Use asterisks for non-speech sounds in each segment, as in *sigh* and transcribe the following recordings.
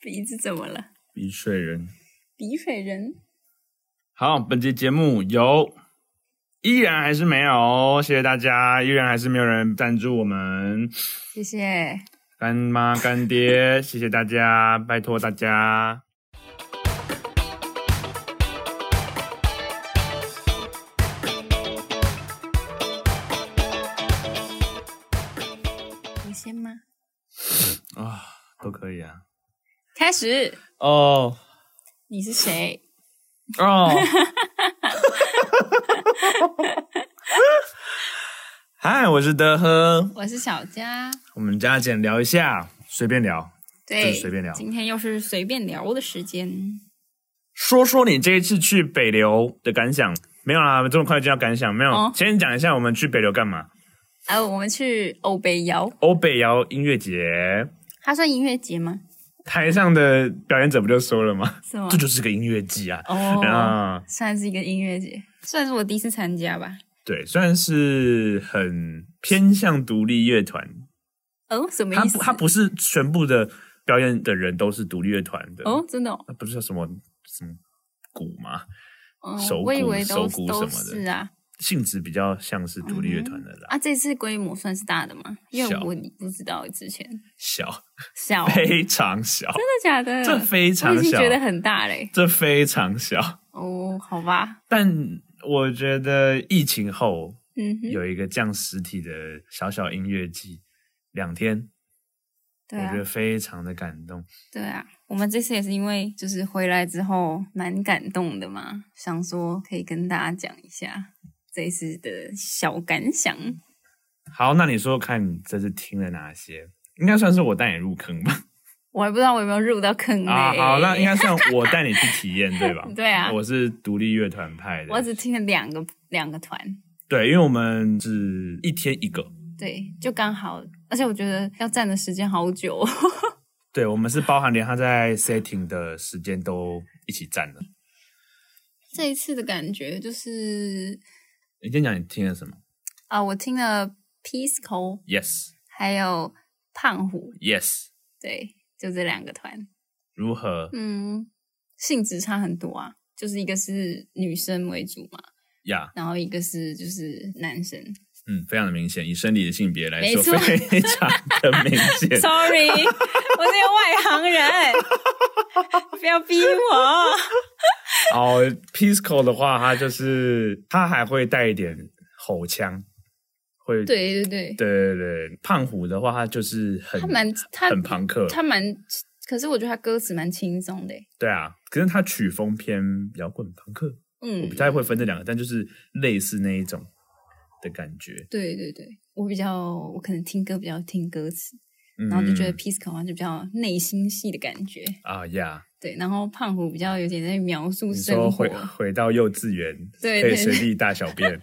鼻子怎么了？鼻水人。鼻水人，好，本期节目有，依然还是没有，谢谢大家，依然还是没有人赞助我们谢谢。干妈干爹，谢谢大家，拜托大家。我先吗？啊，都可以啊。开始，哦你是谁？哦，嗨，我是德亨，我是小佳。我们加减聊一下，随便聊，对，就是随便聊今天又是随便聊的时间。说说你这一次去北流的感想。没有啦，这么快就要感想没有？哦先讲一下我们去北流干嘛？啊，我们去欧北摇，欧北摇音乐节，它算音乐节吗？台上的表演者不就说了吗？是吗这？就是个音乐季啊。嗯哦， *laughs* 啊、算是一个音乐节，算是我第一次参加吧。对，算是很偏向独立乐团，哦，什么它意不思？它不是全部的表演的人都是独立乐团的，哦，真的哦，它不是叫什么什么鼓嘛，嗯手鼓我以为都手鼓都什么的是啊。性质比较像是独立乐团的啦，啊，这次规模算是大的吗？因为小我不知道之前小小，真的非常小，假的？啊这非我常已经小，觉得很大嘞。这非常小，哦，好吧，但我觉得疫情后嗯哼，有一个这样实体的小小音乐季，两天，对我啊觉，得非常的感动。对啊。我们这次也是因为就是回来之后蛮感动的嘛，想说可以跟大家讲一下这一次的小感想。好，那你说看你这次听了哪些？应该算是我带你入坑 *laughs* 吧。我还不知道我有没有入到坑嘞。？啊，好，那应该算我带你去体验，对吧 *laughs* 对啊我是独立乐团派我的。只听了两个两个团，对，因为我们是一天一个，对，就刚好，而且我觉得要站的时间好久 *laughs* 哦。对我们是包含连他在 setting 的时间都一起占的。这一次的感觉就是你先讲你听了什么啊、我听了 Pisco， ？Yes，Yes，还有胖虎，对，就这两个团，如何？嗯，性质差很多啊，就是一个是女生为主嘛，呀、然后一个是就是男生。嗯，非常的明显，以生理的性别来说，没错非常的明显。 Sorry，我是个外行人，不要逼我。哦，Pisco 的话，他就是他还会带一点吼腔，会对对对，对对对，胖虎的话，他就是很他蛮他很朋克，他蛮，可是我觉得他歌词蛮轻松的欸。对啊。可是他曲风偏摇滚朋克，我嗯不，太会分这两个，但就是类似那一种的感觉。对对对，我比较我可能听歌比较听歌词，嗯、然后就觉得 Pisco 好像就比较内心戏的感觉。啊呀对，然后胖虎比较有点在描述你生说啊活回，回到幼稚园，对可以对随地大小便，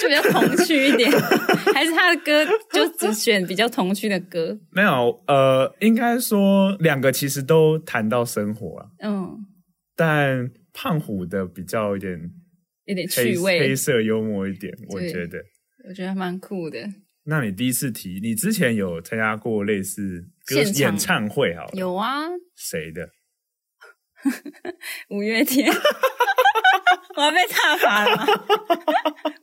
就比较童趣一点。 *laughs* 还是他的歌就只选比较童趣的歌。没有呃，应该说两个其实都谈到生活啊，嗯，但胖虎的比较有点有点黑趣黑味，色幽默一点，我对觉得。我觉得蛮酷的。那你第一次提，你之前有参加过类似现歌场演唱会好了？有啊，谁的？五月天， *laughs* 我要被踏伐 *laughs* 了吗。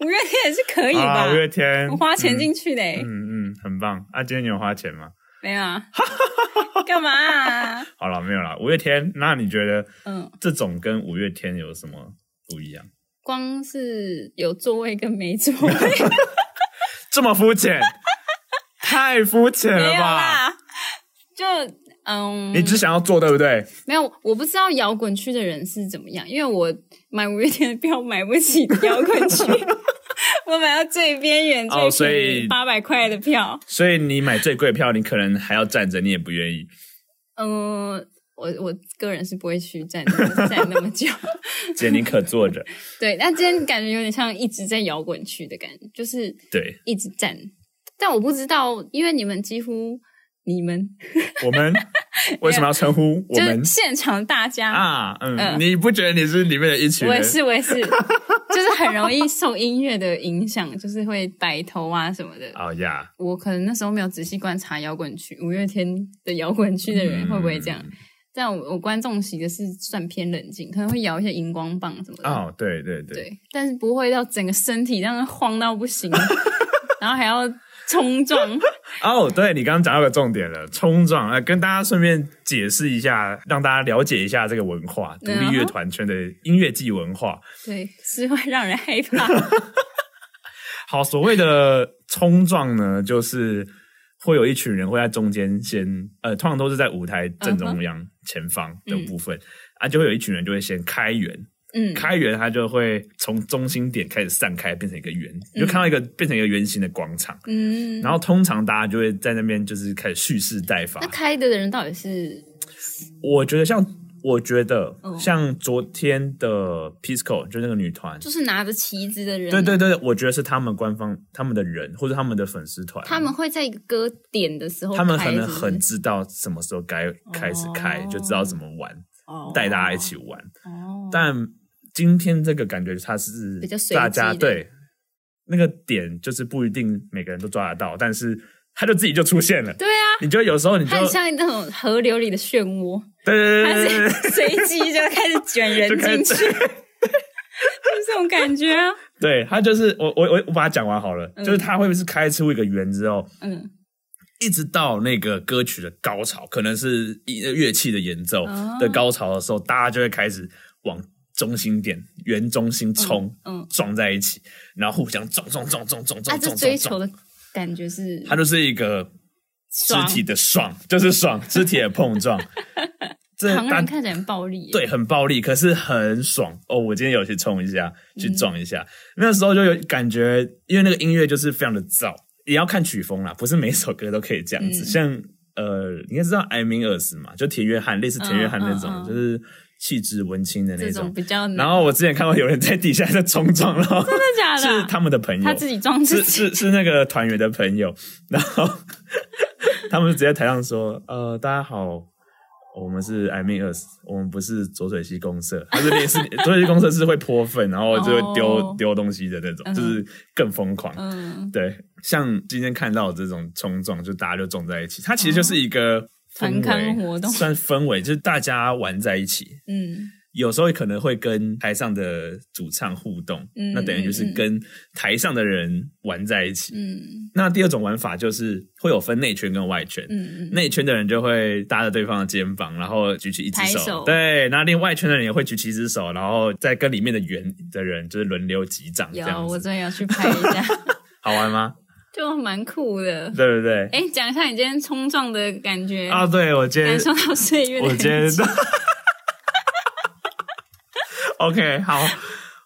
五月天也是可以吧？啊，五月天，我花钱进嗯去的、欸，嗯嗯，很棒。啊，今天你有花钱吗？没有啊？ *laughs* 干嘛、啊？好了，没有啦。五月天，那你觉得嗯，这种跟五月天有什么不一样？光是有座位跟没座位这么肤浅， *laughs* 太肤浅没了有吧？啦，就嗯，你只想要做，对不对？没有，我不知道摇滚区的人是怎么样，因为我买五月天的票买不起摇滚 *laughs* 区，我买到最边缘哦最便所以宜八百块的票，所以你买最贵的票，你可能还要站着，你也不愿意。嗯、我我个人是不会去站站那么久， *laughs* 姐，你可坐着。对。但今天感觉有点像一直在摇滚区的感觉，就是对一直站。但我不知道，因为你们几乎你们 *laughs* 我们为什么要称呼我就是们现场大家，啊？嗯，嗯你不觉得你是里面的一群我人？ *laughs* 也是，我也是，就是很容易受音乐的影响，就是会摆头啊什么的。哦呀，我可能那时候没有仔细观察摇滚区，五月天的摇滚区的人会不会这样？嗯？但我我观众席的是算偏冷静，可能会摇一些荧光棒什么的。哦，对对对，对，但是不会到整个身体让人晃到不 *laughs* 行，然后还要冲撞。哦，对你刚刚讲到个重点了，冲撞，呃，跟大家顺便解释一下，让大家了解一下这个文化，独嗯立乐团圈的音乐季文化。对，是会让人害怕。好，所谓的冲撞呢，就是会有一群人会在中间先，呃，通常都是在舞台正中央前方的部分、啊，就会有一群人就会先开圆，嗯，开圆它就会从中心点开始散开，变成一个圆，你就看到一个、变成一个圆形的广场。 *laughs* 嗯，然后通常大家就会在那边就是开始蓄势待发那。开的人到底是我觉得像，我觉得哦像昨天的 Pisco 就那个女团，就是拿着旗子的人、对对，对，我觉得是他们官方他们的人或者他们的粉丝团，他们会在一个歌点的时候开，他们可能是不是很知道什么时候该开始开，哦就知道怎么玩，哦带大家一起玩。哦，但今天这个感觉它是比较随机的大家对那个点就是不一定每个人都抓得到，但是他就自己就出现了。对啊，你就有时候你就它很像那种河流里的漩涡，对对它对对对是对 *laughs* 随机就开始卷人就开进 *laughs* 去，始就是这种感觉啊。对他就是我我我我把它讲完好了，就是他会是开出一个圆之后，嗯，一直到那个歌曲的高潮，可能是一乐器的演奏哦的高潮的时候，大家就会开始往中心点圆中心冲，嗯嗯撞在一起，然后互相撞撞撞撞撞他啊撞这撞追撞求撞，的感觉是它就是一个肢爽体的爽，就是爽，肢体的碰 *laughs* 撞。这旁大人看起来很暴力耶，对，很暴力，可是很爽哦！我今天有去冲一下，去撞一下，嗯那时候就有感觉，因为那个音乐就是非常的燥，也要看曲风啦，不是每首歌都可以这样子。嗯像呃，你应该知道艾明尔斯嘛，就田约翰，类似田约翰那种，嗯嗯嗯就是气质文青的那这种种。比较难，然后我之前看过有人在底下在冲撞，然后真真的假的是啊？他们的朋友，他自己装自是己，是是那个团员的朋友，然后他们就直接台上说：“呃，大家好，我们是 I mean us，我们不是左水溪公社，他是类似左水溪公社是会泼粪，然后就会丢、哦丢东西的那种，就是更疯狂。嗯，对，像今天看到的这种冲撞，就大家就撞在一起，它其实就是一个氛围哦团康活动算氛围，就是大家玩在一起，嗯，有时候可能会跟台上的主唱互动，嗯那等于就是跟台上的人玩在一起。嗯那第二种玩法就是会有分内圈跟外圈。嗯嗯，内圈的人就会搭着对方的肩膀，然后举起一只手，抬手对。那另外一圈的人也会举起一只手，然后再跟里面的圆的人就是轮流击掌，这有，样我子真的要去拍一下，好玩吗？就蛮酷的。对不对？哎，讲一下你今天冲撞的感觉，啊，对我今天感受到岁月的我痕今天迹。 *laughs* OK 好，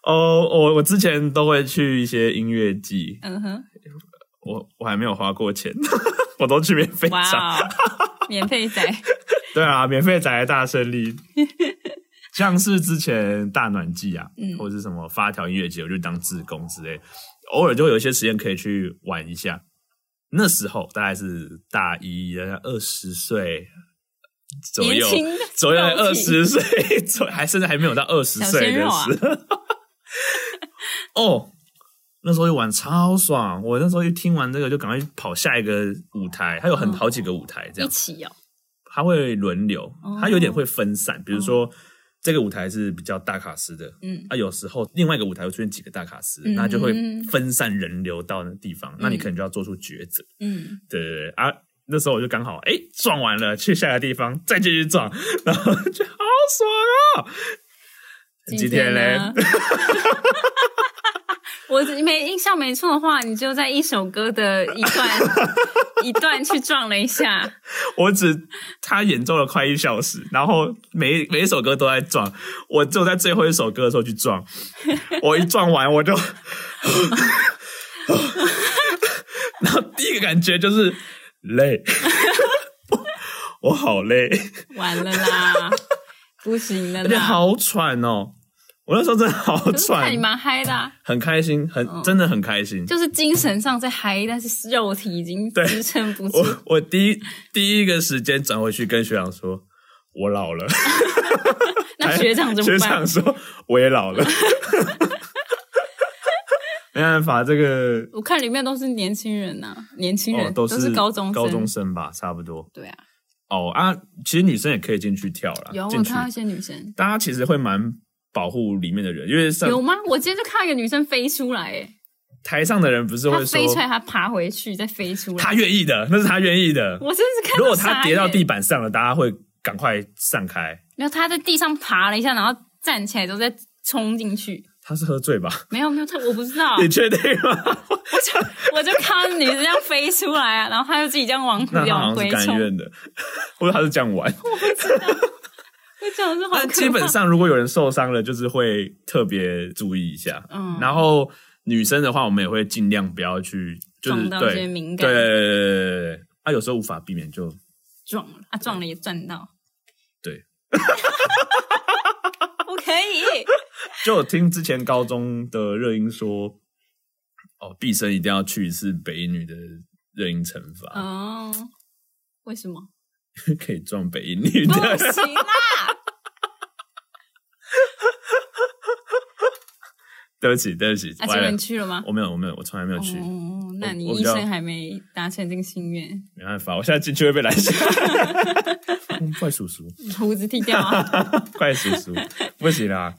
哦，我我之前都会去一些音乐季，嗯哼，我我还没有花过钱， *laughs* 我都去免费场。哇哦，免费仔，对啊，免费宅的大 *laughs* 胜利。像是之前大暖季啊，嗯或者是什么发条音乐节，我就当志工之类，偶尔就会有一些时间可以去玩一下。那时候大概是大一，大概二十岁 *laughs* 左右年，轻左右肉二体十岁左， *laughs* 还甚至还没有到二十小岁鲜的肉啊时候。哦，那时候就玩超爽，我那时候一听完这个就赶快去跑下一个舞台，还有很嗯好几个舞台这一样，起哦，它会轮流哦，它有点会分散，比如说。这个舞台是比较大卡司的，嗯啊，有时候另外一个舞台会出现几个大卡司，嗯那就会分散人流到那地方，那你可能就要做出抉择。嗯，对对对啊，那时候我就刚好哎撞完了，去下个地方再继续撞，然后就好爽啊！今天嘞，呢？ *laughs* 我没印象没错的话，你就在一首歌的一 *laughs* 段一段去撞了一下，我只他演奏了快一小时，然后每每一首歌都在撞，我只有在最后一首歌的时候去撞，我一撞完我就，然后第一个感觉就是累，我我好累，完了啦，不行了而且啦，好喘哦，我那时候真的好可是看喘你，蛮嗨啊的、啊，很开心，很、嗯真的很开心。就是精神上在嗨，但是肉体已经对支撑不住。我我第一第一个时间转回去跟学长说，我老了。那学长怎么学办长？说我也老了。 *laughs* 没办法，这个我看里面都是年轻人呐、年轻人、哦都是高中生，高中生吧，差不多。对啊，哦啊，其实女生也可以进去跳啦，有啊进我去看到一些女生大家其实会蛮保护里面的人，因为上有吗？我今天就看到一个女生飞出来、欸，台上的人不是她会说飞出来，她爬回去，再飞出来。他愿意的，那是他愿意的。我真是看如到果傻眼他跌到地，板上了，大家会赶快散开。然后她在地上爬了一下，然后站起来之后再冲进去。他是喝醉吧？没有没有，她我不知道，*laughs* *laughs* 你确定吗？我就看到女生这样飞出来啊，然后她就自己这样往那他往好像回是甘冲。愿的， *laughs* 或者他是这样玩。我讲的是好可但怕基本上，如果有人受伤了，就是会特别注意一下。嗯然后女生的话，我们也会尽量不要去，就是撞到一些对敏对感对对对对对。啊，有时候无法避免就，撞了啊，撞了也撞到。对， *laughs* 我可以。就我听之前高中的热音说，哦，毕生一定要去一次北一女的热音惩罚，哦，为什 *laughs* 么？ *laughs* 可以撞北一女不的。行啊啦！ *laughs* 对不起，对不起，啊，结歪果了你。去了吗？我没有，我没有，我从来没有去，哦，那你我我一比较生还没达成这个心愿，没办法，我现在进去会被拦 *laughs* 下。 *laughs* 嗯怪叔叔，胡子剃掉 *laughs* 啊？ *laughs* 怪叔叔，不行啦，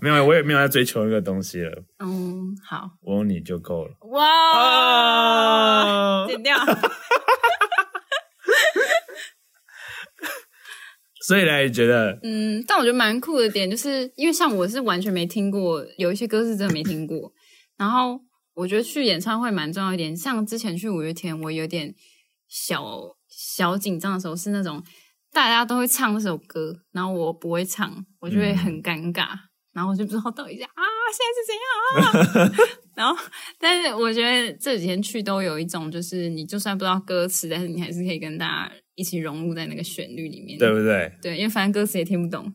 没有，我也没有在追求那个东西了，嗯，好，我有你就够了。哇，*laughs* 啊！剪掉。所以呢，你觉得嗯，但我觉得蛮酷的点，就是因为像我是完全没听过，有一些歌是真的没听过。然后我觉得去演唱会蛮重要一点，像之前去五月天，我有点小小紧张的时候，是那种大家都会唱这首歌，然后我不会唱，我就会很尴尬，然后我就不知道到底是啊现在是怎样啊。然后，但是我觉得这几天去都有一种，就是你就算不知道歌词，但是你还是可以跟大家一起融入在那个旋律里面。对不对？ *laughs* 对，因为反正歌词也听不懂，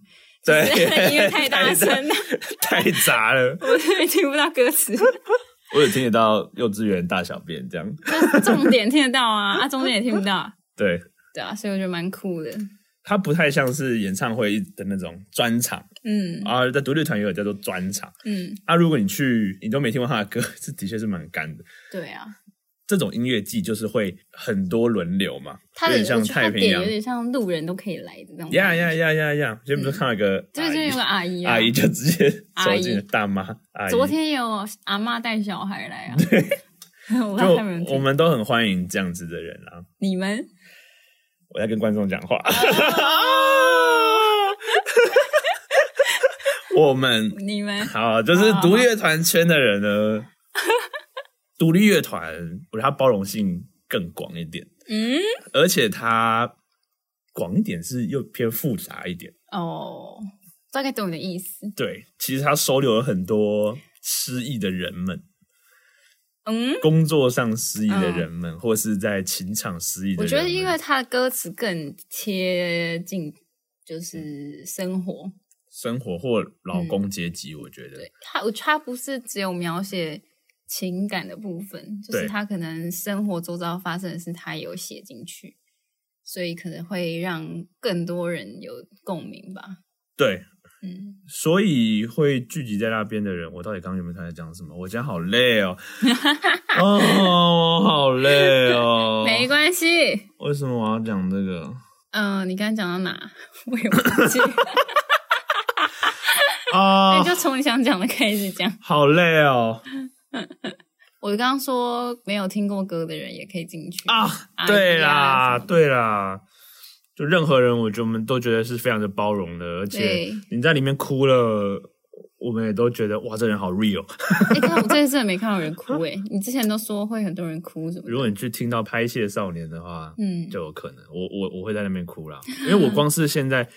对就是 *laughs* 音乐太大声了，太杂了，我也听不到歌词。我只听得到幼稚园大小便这样。但重点听得到啊，啊，中间也听不到，对，对啊，所以我觉得蛮酷的。它不太像是演唱会的那种专场嗯啊，在独立团也有叫做专场嗯，啊。如果你去，你都没听过他的歌，这的确是蛮干的。对啊，这种音乐季就是会很多轮流嘛，他有的点像我觉得太他平点洋有。点像路人都可以来的那种。呀呀呀呀呀！今嗯天不是看到一个就是有个阿姨啊，阿姨就直接阿走姨进了大妈阿姨。昨天有阿妈带小孩来啊。 *laughs* 我不知道他们就我们都很欢迎这样子的人啊！你们我在跟观众讲话，我们你们 *laughs* 好，就是独立乐团圈的人呢，独立乐团，我觉得它包容性更广一点，嗯而且它广一点是又偏复杂一点。哦，大概懂你的意思。对，其实它收留了很多失意的人们。嗯，工作上失意的人们，或是在情场失意的我人觉们，得，因为他的歌词更贴近就是生嗯活，生活或劳工阶级，我觉得嗯对他，我觉得他不是只有描写情感的部分，就是对他可能生活周遭发生的事，他也有写进去，所以可能会让更多人有共鸣吧。对，嗯，所以会聚集在那边的人，我到底刚刚有没有看在讲什么？我今天好累 *laughs* 哦，哦，我好累 *laughs* 哦，没关系。为什么我要讲这个？嗯、你刚刚讲到哪？ *laughs* 我也忘 *laughs* 记了，啊、那哎就从你想讲的开始讲。好累哦我刚刚说没有听过歌的人也可以进去啊！对啦，对啦，就任何人，我觉得我们都觉得是非常的包容的，而且对你在里面哭了，我们也都觉得哇，这人好 real。 *laughs* 哎、但我这一次也没看到有人哭哎、你之前都说会很多人哭什么的？如果你去听到拍戏的少年的话，嗯，就有可能，我我我会在那边哭啦，因为我 *laughs* 光是现在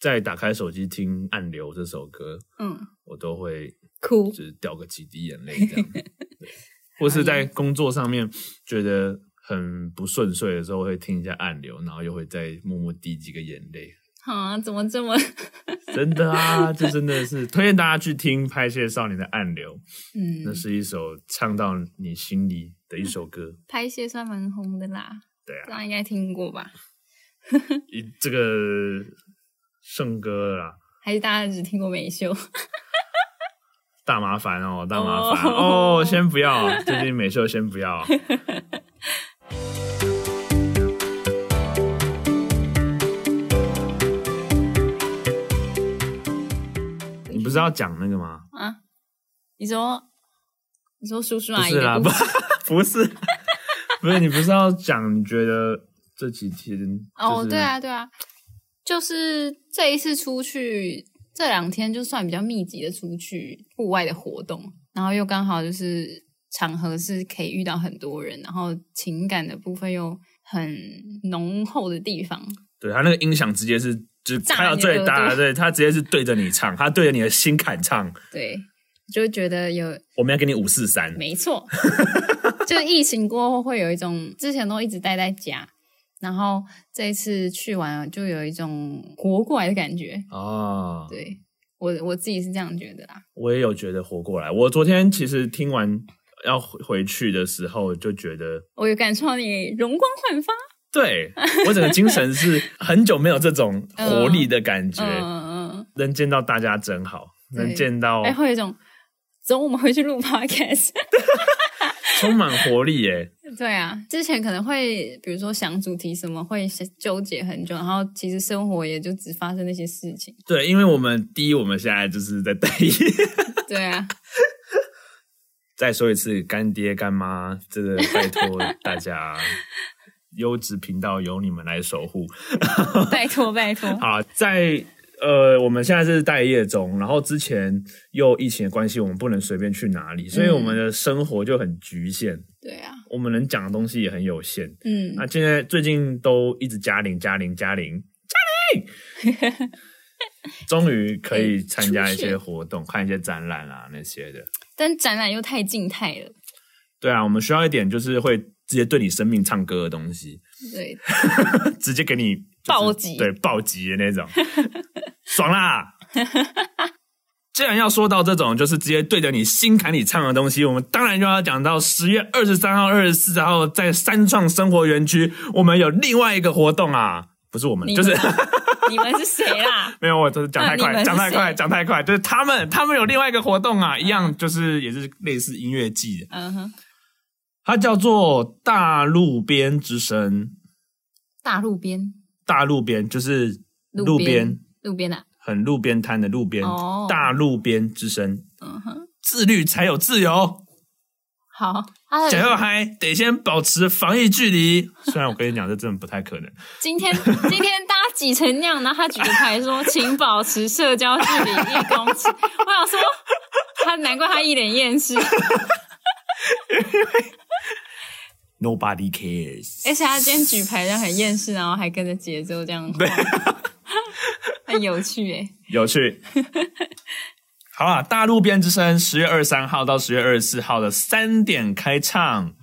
在打开手机听《暗流》这首歌，嗯，我都会哭就，是掉个几滴眼泪这 *laughs* 样，对或是在工作上面觉得很不顺遂的时候，会听一下《暗流》，然后又会再默默滴几个眼泪。啊，怎么这么……真的啊，这真的是推荐大家去听拍戏少年的《暗流》，嗯那，是一首唱到你心里的一首歌。拍戏算蛮红的啦，对啊，大家应该听过吧？一这个圣歌啦，啊还是大家只听过美秀？大麻烦哦，大麻烦哦哦先不要，最近美秀先 *laughs* 不要。你不是要讲那个吗？ *laughs* 你说，你说叔叔不阿姨是啦，的不故事不是，不是你不是要讲？你觉得这几天、就是、哦，对，啊，对啊，就是这一次出去，这两天就算比较密集的出去户外的活动，然后又刚好就是场合是可以遇到很多人，然后情感的部分又很浓厚的地方，对他那个音响直接是就是炸开到你的最耳大，朵对他直接是对着你唱，他对着你的心坎唱。对，就会觉得有我们要给你五四三，没 *laughs* 错，就疫情过后会有一种之前都一直待在家，然后这一次去玩了就有一种活过来的感觉。哦，对我我自己是这样觉得啦。我也有觉得活过来。我昨天其实听完要回回去的时候，就觉得我有感受到你容光焕发， *laughs* 对我整个精神是很久没有这种活力的感觉，嗯嗯嗯能见到大家真好，对能见到嗯，哎，会 *laughs* 有一种走，我们回去录 *laughs* podcast。充满活力耶、对啊，之前可能会比如说想主题什么，会纠结很久，然后其实生活也就只发生那些事情。对，因为我们第一，我们现在就是在待 *laughs* 业。对 *laughs* 啊，再说一次，干爹干妈，这个拜托大家， *laughs* 优质频道由你们来守护。拜托拜托， *laughs* 啊，在呃，我们现在是待业中，然后之前又疫情的关系，我们不能随便去哪里，所以我们的生活就很局限，对啊，我们能讲的东西也很有限。嗯那、，现在最近都一直加零加零加零加零，终于可以参加一出些现活动，看一些展览啊那些的。但展览又太静态了。对啊，我们需要一点就是会直接对你生命唱歌的东西，对，直接给你、就是暴击对暴击的那种， *laughs* 爽啦！既然要说到这种就是直接对着你心坎里唱的东西，我们当然就要讲到十月二十三号、二十四号在三创生活园区，我们有另外一个活动啊，不是我们，你就是 *laughs* 们你们是谁啦？ *laughs* 没有，我就是讲太那你快，们讲太是快，谁讲太快，就是他们，他们有另外一个活动啊，一样就是也是类似音乐季的，嗯哼，它叫做大路边之声。大路边，大路边，就是路路边边，路边啊，很路边摊的路边，哦大路边之声，嗯哼，自律才有自由。好，啊想要嗨，得先保持防疫距离。虽然我跟你讲，这真的不太可能。今天 *laughs* 今天大家挤成那样，然后他举个牌说，请保持社交距离一公尺。 *laughs* 我想说，他难怪他一脸厌世， Nobody cares。而且他今天举牌然后很厌世，然后还跟着节奏这样晃， *laughs* 很有趣诶、有 *laughs* 趣。好啊，大路边之声十月二十三号到十月二十四号的三点 *laughs* 开唱，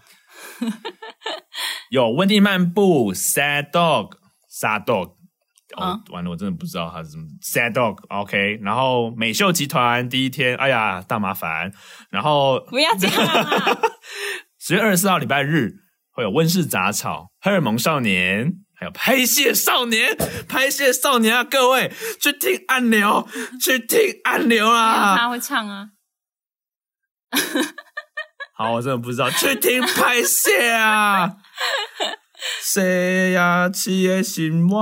有温蒂漫步、Sad Dog、Sad Dog。哦啊，完了，我真的不知道他是什么 Sad Dog，OK、然后美秀集团第一天，哎呀，大麻烦。然后不要这样啊！十月二十四号礼拜日会有温室杂草、荷尔蒙少年，还有拍戏少年、拍戏少年啊！各位去听按钮，去听按钮啦！他会唱啊，好，我真的不知道，去听拍戏啊！谁呀、七夜心我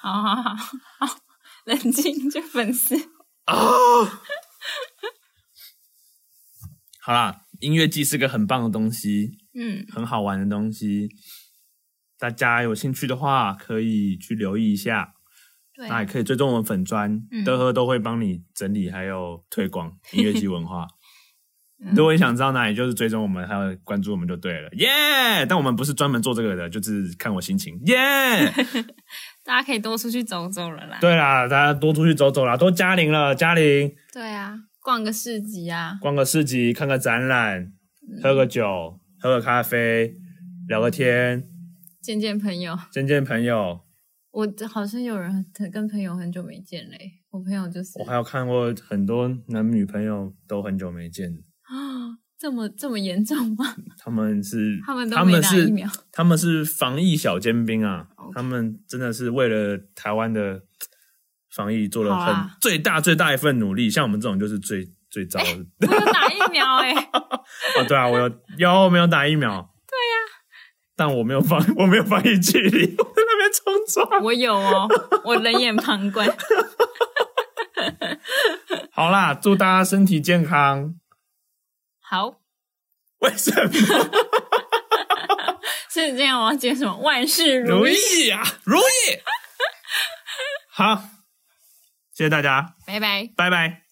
好好好好，冷静，就粉丝哦，好啦，音乐季是个很棒的东西，嗯，很好玩的东西。大家有兴趣的话，可以去留意一下。对那也可以追踪我们粉砖，哎嗯德和都会帮你整理还有推广 *laughs* 音乐及文化。嗯如果你想知道哪里，就是追踪我们，还有关注我们就对了，耶、但我们不是专门做这个的，就是看我心情， *laughs* 耶、大家可以多出去走走了啦。对啦，大家多出去走走啦，都嘉玲了，嘉玲对啊，逛个市集啊，逛个市集，看个展览，嗯喝个酒，喝个咖啡，聊个天，见见朋友。见见朋友。我好像有人很跟朋友很久没见嘞、我朋友就是我还有看过很多男女朋友都很久没见，啊，这么这么严重吗？他们是他们都他没们打是疫苗， *laughs* 他们是防疫小尖兵啊 OK 他们真的是为了台湾的防疫做了好很啊 *laughs* 最大最大一份努力。像我们这种就是最最糟的。我有打疫苗哎、哦，对啊，我有有没有打疫苗？对呀、啊但我没有放，我没有防疫 *laughs* 距离， *laughs* 我在那边冲撞。我有哦，我冷眼旁观。 *laughs* 好啦，祝大家身体健康。好，为什么是这样我要接什么？万事 *laughs* 如如意，啊意呀、如意。好，谢谢大家，拜拜。拜拜。